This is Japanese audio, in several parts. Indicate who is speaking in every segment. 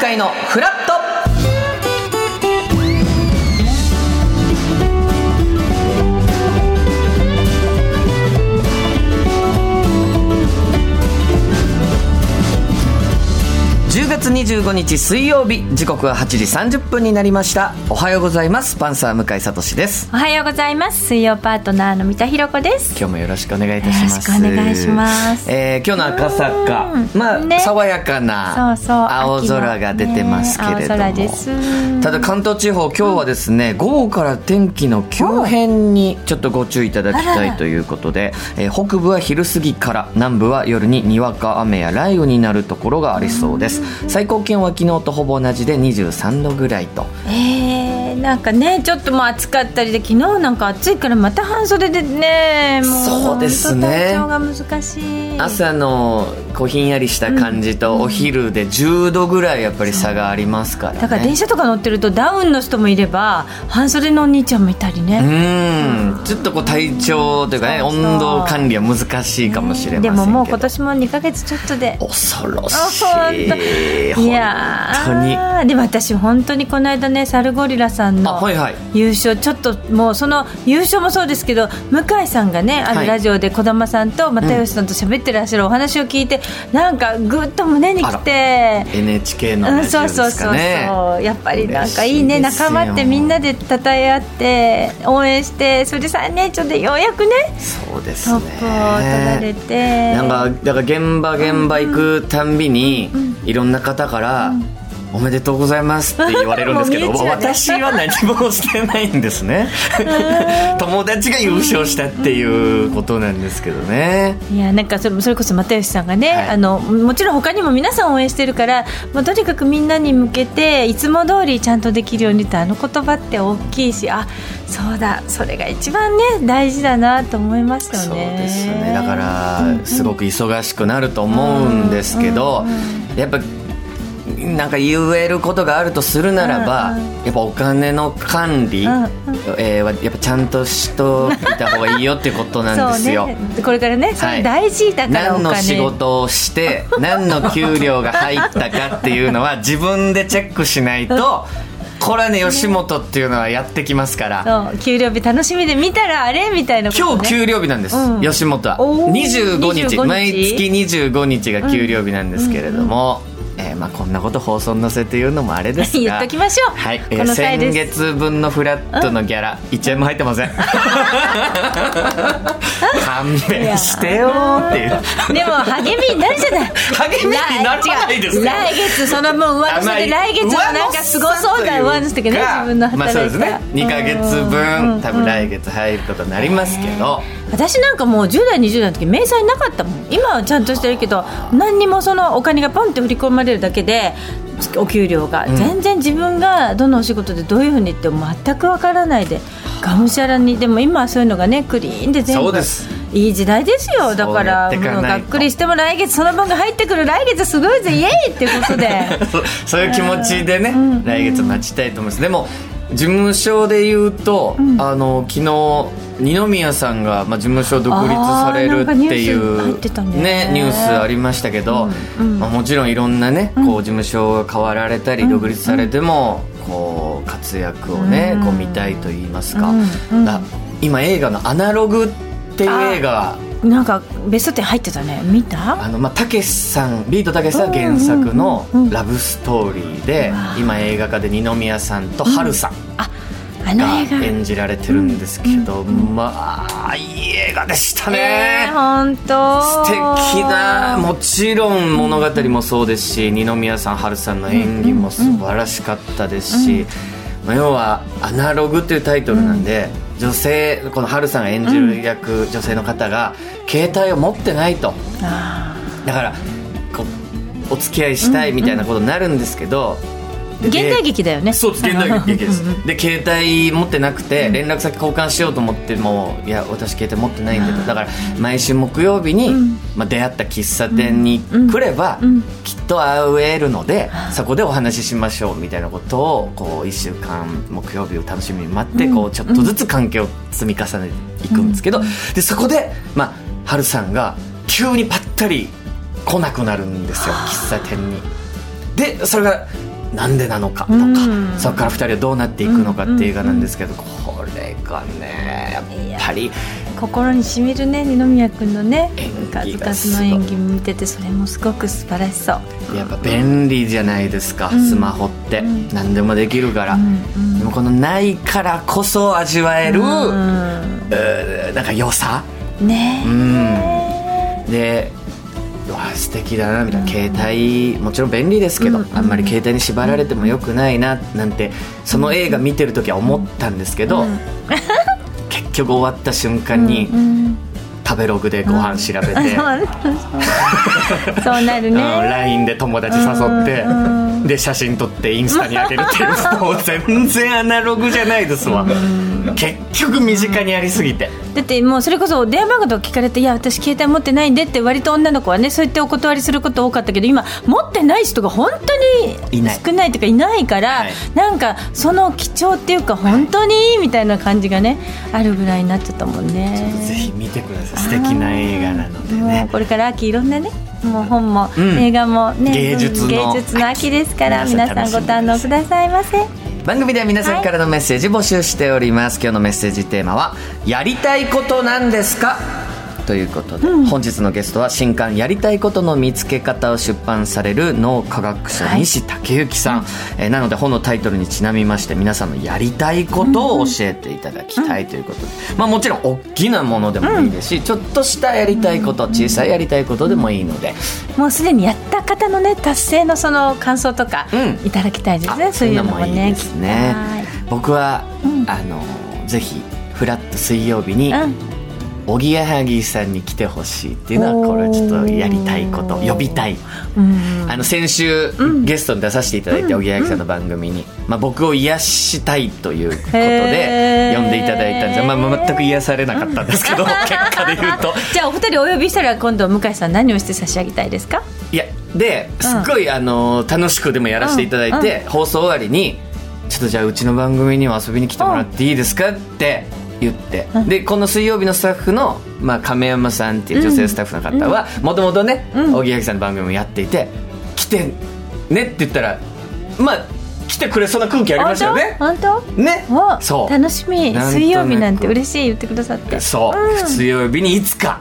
Speaker 1: 階のフラット10月25日水曜日時刻は8時30分になりましたおはようございますパンサー向井聡です
Speaker 2: おはようございます水曜パートナーの三田寛子です
Speaker 1: 今日もよろしくお願いいたします
Speaker 2: よろしくお願いします
Speaker 1: えー今日の赤坂
Speaker 2: うん
Speaker 1: まあ、
Speaker 2: ね
Speaker 1: 爽やかな
Speaker 2: そうそう
Speaker 1: 青空が出てますけれども、
Speaker 2: 秋のね青空です
Speaker 1: ただ関東地方今日はですね、午後から天気の急変にちょっとご注意いただき
Speaker 2: あら
Speaker 1: たい
Speaker 2: ら
Speaker 1: ということで、えー北部は昼過ぎから南部は夜ににわか雨や雷雨になるところがありそうです最高気温は昨日とほぼ同じで23度ぐらいと
Speaker 2: えー、なんかねちょっともう暑かったりで昨日なんか暑いからまた半袖でねもう
Speaker 1: そうですね
Speaker 2: 本当体調が難しい
Speaker 1: 朝のこうひんやりした感じとお昼で10度ぐらいやっぱり差がありますからね
Speaker 2: だから電車とか乗ってるとダウンの人もいれば半袖のお兄ちゃんもいたり
Speaker 1: う
Speaker 2: ね、
Speaker 1: んちょっとこう体調というかね
Speaker 2: そうそう
Speaker 1: 温度管理は難しいかもしれません
Speaker 2: で
Speaker 1: けど
Speaker 2: ももう今年も2か月ちょっとで
Speaker 1: 恐ろし
Speaker 2: あ
Speaker 1: い
Speaker 2: いやー
Speaker 1: 本当に
Speaker 2: でも私本当にこの間ねサルゴリラさん
Speaker 1: あ
Speaker 2: の
Speaker 1: はいはい
Speaker 2: 優勝ちょっともうその優勝もそうですけど向井さんがねあ
Speaker 1: はい
Speaker 2: るラジオで児玉さんと又吉さんと喋ってらっしゃるお話を聞いて、なんかぐっと胸にきて。
Speaker 1: NHK
Speaker 2: う
Speaker 1: の
Speaker 2: ん、
Speaker 1: ラジ
Speaker 2: そ
Speaker 1: オで
Speaker 2: うそう
Speaker 1: す
Speaker 2: そ
Speaker 1: か
Speaker 2: うそう
Speaker 1: ね
Speaker 2: やっぱりなんかいいね
Speaker 1: 嬉しいですよ
Speaker 2: 仲間ってみんなで称え合って応援してそれで3年ちょっとようやくね
Speaker 1: そうです
Speaker 2: ト
Speaker 1: ね
Speaker 2: ップを取られて
Speaker 1: なんかだから現場現場行くたんびにいろんな方から「おめでとうございます」って言われるんですけど
Speaker 2: もう身内
Speaker 1: まあ
Speaker 2: はね
Speaker 1: 私は何もしてないんで すね友達が優勝したっていうことなんですけどね
Speaker 2: いやなんかそれそれこそ又吉さんがね、
Speaker 1: はい
Speaker 2: あのもちろん他にも皆さん応援してるからもうとにかくみんなに向けていつも通りちゃんとできるようにってあの言葉って大きいしあそうだそれが一番ね大事だなと思いましたよね。
Speaker 1: そうですよねだからすごく忙しくなると思うんですけど、やっぱなんか言えることがあるとするならば、
Speaker 2: うん
Speaker 1: やっぱお金の管理、
Speaker 2: うんうん
Speaker 1: えーはやっぱちゃんとしといた方がいいよってことなんですよ。
Speaker 2: そうね、これからね、それ大事だからお金
Speaker 1: 何の仕事をして何の給料が入ったかっていうのは自分でチェックしないとこれはね吉本っていうのはやってきますから
Speaker 2: そう給料日楽しみで見たらあれみたいなこと、ね、
Speaker 1: 今日給料日なんです、
Speaker 2: うん
Speaker 1: 吉本は
Speaker 2: おー
Speaker 1: 25
Speaker 2: 25日
Speaker 1: 日毎月25日が給料日なんですけれども、えーまあ、こんなこと放送に載せて言うのもあれです が
Speaker 2: 言っときましょう、
Speaker 1: はい、えー
Speaker 2: この際
Speaker 1: 先
Speaker 2: です
Speaker 1: 月分のフラットのギャラ、1円も入ってま せん勘弁してよーっていう
Speaker 2: でも励みになるじゃない
Speaker 1: 励みにならないです
Speaker 2: 来違
Speaker 1: よ
Speaker 2: う来月その分上乗せで来月はなんかすごそうだ上乗せだけどね自分の
Speaker 1: まあそう
Speaker 2: 働い
Speaker 1: です
Speaker 2: た、
Speaker 1: ね2ヶ月
Speaker 2: うん
Speaker 1: 分多分来月入ることになりますけど、
Speaker 2: 私なんかもう10代20代の時明細なかったもん今はちゃんとしてるけど何にもそのお金がポンって振り込まれるだけでお給料が、全然自分がどのお仕事でどういうふうにって全くわからないでがむしゃらにでも今はそういうのがねクリーンで全
Speaker 1: そう
Speaker 2: 部
Speaker 1: です
Speaker 2: いい時代ですよだか
Speaker 1: そうやっ
Speaker 2: ら
Speaker 1: てかない
Speaker 2: も
Speaker 1: と
Speaker 2: うがっくりしても来月その分が入ってくる来月すごいぜイエーイってことで
Speaker 1: そそういう気持ちでね、来月待ちたいと思いますでも事務所で言うと、あの昨日二宮さんが、まあ、事務所独立されるってい
Speaker 2: あーなんかニュース入
Speaker 1: う
Speaker 2: ってたね
Speaker 1: ニュースありましたけど、まあ、もちろんいろんなねこう事務所が変わられたり独立されても、こう活躍をね、
Speaker 2: うん
Speaker 1: こう見たいと言いますか,、
Speaker 2: うんうん
Speaker 1: だ今映画の「アナログ」っていう映画
Speaker 2: なんかベスト10入ってたね見た
Speaker 1: あのまあたけしさんビートたけしさんが原作のラブストーリーで今映画化で二宮さんと春さん
Speaker 2: あの
Speaker 1: が
Speaker 2: 映画
Speaker 1: 演じられてるんですけどまあいい映画でしたね
Speaker 2: えー本当
Speaker 1: 素敵なもちろん物語もそうですし二宮さん春さんの演技も素晴らしかったですし、まあ、要は「アナログ」というタイトルなんで、女性この春さんが演じる役、女性の方が携帯を持ってないと。
Speaker 2: あ
Speaker 1: だからこうお付き合いしたいみたいなことになるんですけど、
Speaker 2: ー現代劇だよね
Speaker 1: そうです現代劇 ですで携帯持ってなくて連絡先交換しようと思ってもいや私携帯持ってないんだけどだから毎週木曜日に、まあ、出会った喫茶店に来れば、きっと会えるので、そこでお話ししましょうみたいなことをこう1週間木曜日を楽しみに待って、こうちょっとずつ関係を積み重ねていくんですけど、でそこで、まあ、春さんが急にぱったり来なくなるんですよ喫茶店に。でそれがなんでなのかとか、そこから2人はどうなっていくのかっていう映画なんですけど、これがねやっぱり
Speaker 2: 心にしみるね二宮君のね
Speaker 1: 演技が
Speaker 2: 数
Speaker 1: すご
Speaker 2: 々の演
Speaker 1: い
Speaker 2: 技見ててそれもすごく素晴らしそう
Speaker 1: やっぱ便利じゃないですか、
Speaker 2: ん
Speaker 1: スマホって、
Speaker 2: ん
Speaker 1: 何でもできるから、でもこのないからこそ味わえる、
Speaker 2: うん
Speaker 1: えーなんか良さ、
Speaker 2: ねえ
Speaker 1: うん、でうわ素敵だなみたいな携帯もちろん便利ですけど、あんまり携帯に縛られてもよくないななんてその映画見てる時は思ったんですけど、 結局終わった瞬間に、
Speaker 2: うん
Speaker 1: 食べログでご飯調べて、
Speaker 2: そうなる
Speaker 1: うん、
Speaker 2: ね
Speaker 1: LINE で友達誘って、
Speaker 2: うん
Speaker 1: で写真撮ってインスタに上げるっていうもう全然アナログじゃないですわ、結局身近にありすぎて、
Speaker 2: だってもうそれこそ電話番号とか聞かれて「いや私携帯持ってないんで」って割と女の子はねそう言ってお断りすること多かったけど今持ってない人が本当
Speaker 1: い
Speaker 2: に
Speaker 1: ない
Speaker 2: 少ないというかいないから
Speaker 1: はい
Speaker 2: なんかその貴重っていうか本当にいいみたいな感じがねあるぐらいになっちゃったもんね。
Speaker 1: ぜひ見てください素敵な映画なので
Speaker 2: もう
Speaker 1: ね
Speaker 2: これから秋いろんなねもう本も、
Speaker 1: うん
Speaker 2: 映画もね
Speaker 1: 芸術の
Speaker 2: 芸術の秋ですから
Speaker 1: 秋
Speaker 2: 皆さんご堪能くださいませ
Speaker 1: 番組では皆さんからのメッセージ募集しております、今日のメッセージテーマは「やりたいことなんですか?」ということで、本日のゲストは新刊「やりたいことの見つけ方」を出版される脳科学者
Speaker 2: はい
Speaker 1: 西武之さん、えーなので本のタイトルにちなみまして皆さんのやりたいことを教えていただきたいということで、まあ、もちろん大きなものでもいいですし、ちょっとしたやりたいこと小さいやりたいことでもいいので、
Speaker 2: もうすでにやった方のね達成のその感想とか
Speaker 1: うん
Speaker 2: いただきたいですね、
Speaker 1: あ
Speaker 2: そういうのも
Speaker 1: そんなもんい
Speaker 2: ね
Speaker 1: いですね
Speaker 2: 聞き
Speaker 1: 僕は、
Speaker 2: うん
Speaker 1: あのぜひフラット水曜日に、
Speaker 2: たい
Speaker 1: おぎやはぎさんに来てほしいっていうのはこれはちょっとやりたいこと
Speaker 2: おー
Speaker 1: 呼びたい、
Speaker 2: うん、うん
Speaker 1: あの先週、ゲストに出させていただいて、おぎやはぎさんの番組に、まあ、僕を癒したいということで
Speaker 2: へー
Speaker 1: 呼んでいただいたんですが、まあまあ、全く癒されなかったんですけ ど、結果で言うと
Speaker 2: じゃあお二人お呼びしたら今度向井さん何をして差し上げたいですか
Speaker 1: いやですっごい、あの楽しくでもやらせていただいて、放送終わりに「ちょっとじゃあうちの番組にも遊びに来てもらっていいですか?」って言って、でこの水曜日のスタッフの、まあ、亀山さんっていう女性スタッフの方はもともとね
Speaker 2: ん
Speaker 1: 荻上さんの番組もやっていて「来てね」って言ったらまあ来てくれそうな空気ありましたよね。
Speaker 2: 本当本
Speaker 1: ね
Speaker 2: 当お
Speaker 1: そう
Speaker 2: 楽しみ
Speaker 1: なんとなく
Speaker 2: 水曜日なんて嬉しい言ってくださって
Speaker 1: そう、水曜日にいつか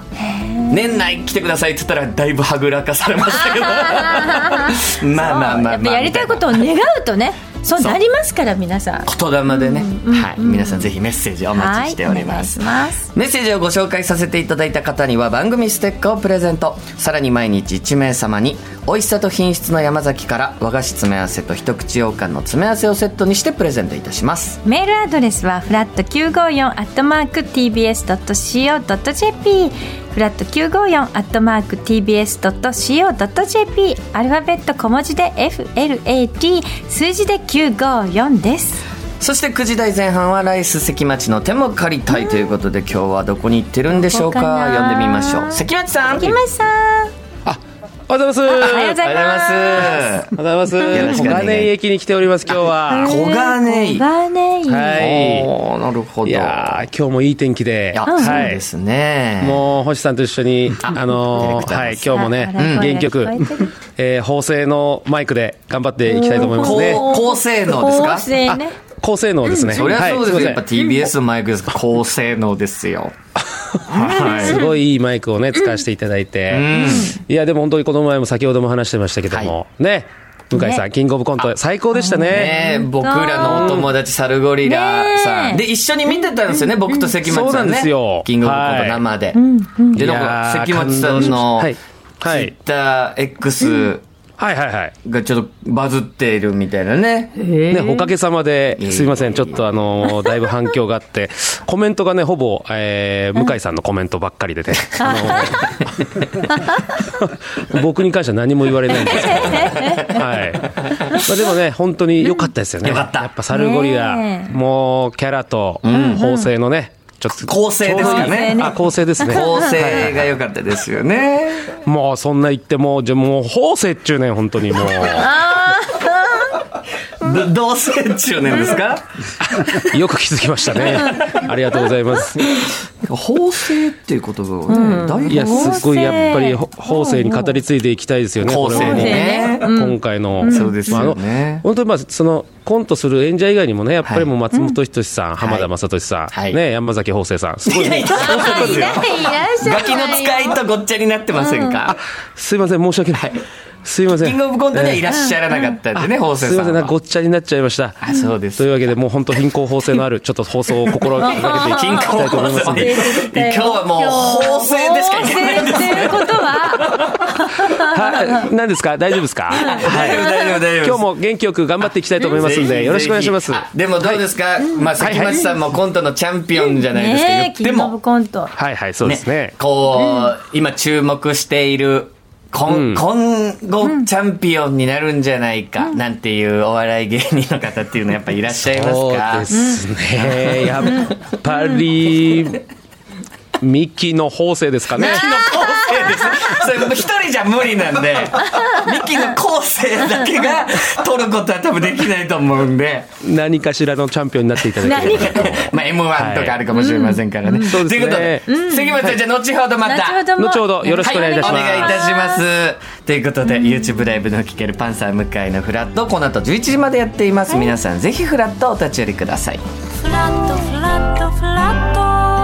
Speaker 1: 年内来てくださいって言ったらだいぶはぐらかされました けどまあまあまあまあ
Speaker 2: やっぱやりたいことを願うとねそうなりますから皆さん
Speaker 1: 言霊でね、はい、皆さんぜひメッセージお待ちしております。
Speaker 2: はいお願いします
Speaker 1: メッセージをご紹介させていただいた方には番組ステッカーをプレゼントさらに毎日1名様に美味しさと品質の山崎から和菓子詰め合わせと一口羊羹の詰め合わせをセットにしてプレゼントいたします
Speaker 2: メールアドレスはフラット954アットマーク TBS.CO.JP フラット954アットマーク TBS.CO.JP アルファベット小文字で FLAT 数字で954です
Speaker 1: そして9時台前半はライス関町の手も借りたいということで今日はどこに行ってるんでしょうか
Speaker 2: どこかな
Speaker 1: 呼んでみましょう関町さん
Speaker 2: 関町さん
Speaker 3: おはようございます。
Speaker 2: おはようございます
Speaker 1: おはようござい
Speaker 3: おはようござ
Speaker 1: よ
Speaker 3: い
Speaker 1: ろ
Speaker 3: ま
Speaker 1: し
Speaker 3: す。
Speaker 1: くお願い
Speaker 3: 小金井駅に来ております、今日は。
Speaker 1: 小金井
Speaker 2: 小金井、
Speaker 3: は
Speaker 1: はい
Speaker 3: い
Speaker 1: おーなるほど
Speaker 3: いやー、今日もいい天気で。
Speaker 1: あそう
Speaker 3: は
Speaker 1: で。すね
Speaker 3: もう、星さんと一緒に、あの
Speaker 1: ディレク
Speaker 3: ー、
Speaker 1: ター
Speaker 3: はい、今日もね
Speaker 2: あら、
Speaker 3: 元気よく
Speaker 2: 声が聞こえてる、
Speaker 3: えー、法制のマイクで頑張っていきたいと思いますね。
Speaker 1: 高高性能ですか
Speaker 2: 高性ね
Speaker 3: 高性能ですね。
Speaker 1: そりゃ
Speaker 3: はい
Speaker 1: そうですよ、
Speaker 3: いませ
Speaker 1: や
Speaker 3: ん
Speaker 1: っぱ TBS のマイクですから高性能ですよはい
Speaker 3: すごいいいマイクをね、使わせていただいて。いや、でも本当にこの前も先ほども話してましたけども、ね、向井さ
Speaker 2: ね
Speaker 3: ん、キングオブコント、最高でしたね。
Speaker 1: ねえ僕らのお友達サルゴリラさん、
Speaker 2: ねえ
Speaker 1: で一緒に見てたんですよね僕と関町
Speaker 3: そう
Speaker 1: さ
Speaker 3: なんん
Speaker 1: ね
Speaker 3: ですよ
Speaker 1: キングオブコント
Speaker 3: はい
Speaker 1: 生で、で
Speaker 3: い
Speaker 1: なん
Speaker 3: や
Speaker 1: か
Speaker 3: ー
Speaker 1: 関町さんの
Speaker 3: 感動しましたはいはい
Speaker 1: TwitterX
Speaker 3: はいはいはい。
Speaker 1: がちょっとバズっているみたいなね、
Speaker 3: ね、おかげさまで、すみません、ちょっとあのー、だいぶ反響があって、コメントがね、ほぼ、えー、向井さんのコメントばっかりでね、 あのー 僕に関しては何も言われないんですけど、はい。まあでもね、本当に良かったですよね。
Speaker 1: 良かった
Speaker 3: やっぱサルゴリラ
Speaker 2: ね、え
Speaker 3: もう、キャラと、縫製のね、ちょっと。
Speaker 1: 構成ですかね
Speaker 3: あ、構成ですね。
Speaker 1: 構成が良かったですよね
Speaker 3: もう、そんな言ってもう、じゃあもう、縫製っちゅうねん、本当にもう。
Speaker 1: どどうせ中年ですか
Speaker 3: よく気づきました ね。ありがとうございます。
Speaker 1: 法制っていうことがね、大
Speaker 3: いや、
Speaker 1: 事
Speaker 3: すごいやっぱり、ほ後世に語り継いでいきたいですよね。
Speaker 1: 後世に
Speaker 3: これは
Speaker 1: ね
Speaker 3: もう今回の。
Speaker 1: そうですよね
Speaker 3: まああの本当にまあ、その、コントする演者以外にもね、やっぱりもう松本人志さん、浜田雅俊さ
Speaker 1: はい
Speaker 3: ん、ね、山崎芳生さん。すごいね。
Speaker 2: いらっしゃい
Speaker 1: ガキの使いとごっちゃになってませんか、
Speaker 3: すいません、申し訳ない。すいません。
Speaker 1: キングオブコントにはいらっしゃらなかったんでね、法
Speaker 3: す
Speaker 1: 制
Speaker 3: い
Speaker 1: さ
Speaker 3: ませ
Speaker 1: ん
Speaker 3: ん、なん
Speaker 1: は
Speaker 3: かごっちゃになっちゃいました。
Speaker 1: あそうです
Speaker 3: というわけで、もう本当、貧困法制のある、ちょっと放送を心 がけていき
Speaker 1: 金庫
Speaker 3: たいと思いますんで。
Speaker 1: 今日はもう法制でしかいけないん
Speaker 2: っ
Speaker 1: です
Speaker 2: ていうことは
Speaker 3: はい、何ですか大丈夫ですかは
Speaker 1: 大丈夫大丈夫大丈夫
Speaker 3: 今日も元気よく頑張っていきたいと思いますん
Speaker 1: ぜ
Speaker 3: で、
Speaker 1: ひ
Speaker 3: よろしくお願いします。
Speaker 1: ぜひでもどうですか、まあ、関町さんもコントのチャンピオンじゃないですか、
Speaker 2: ねえキ
Speaker 1: 言
Speaker 2: ン
Speaker 1: って
Speaker 2: グオブ
Speaker 1: も、
Speaker 2: コント
Speaker 3: はいはい、そうですね。
Speaker 1: こう、今注目しているこん、今後チャンピオンになるんじゃないか、なんていうお笑い芸人の方っていうのはやっぱいらっしゃいます
Speaker 3: そう
Speaker 1: か
Speaker 3: ですね。やっぱり、ミキの方正ですかね。
Speaker 1: それもう一人じゃ無理なんで、ミキの後世だけ が取ることは多分できないと思うんで、
Speaker 3: 何かしらのチャンピオンになっていただければ
Speaker 2: 何
Speaker 1: まあ M1 とかあるかもしれませんからね。
Speaker 3: そうです
Speaker 1: と
Speaker 3: ね
Speaker 1: いうことで、関町さんじゃあ後ほどまた。
Speaker 2: 後ほども
Speaker 3: 後ほどよろしくお願いいたします
Speaker 1: はお願いいたします。ということで、YouTube ライブの聴けるパンサー向井のフラット、この後11時までやっています。皆さん、ぜひフラットお立ち寄りください。
Speaker 4: フラットフラットフラット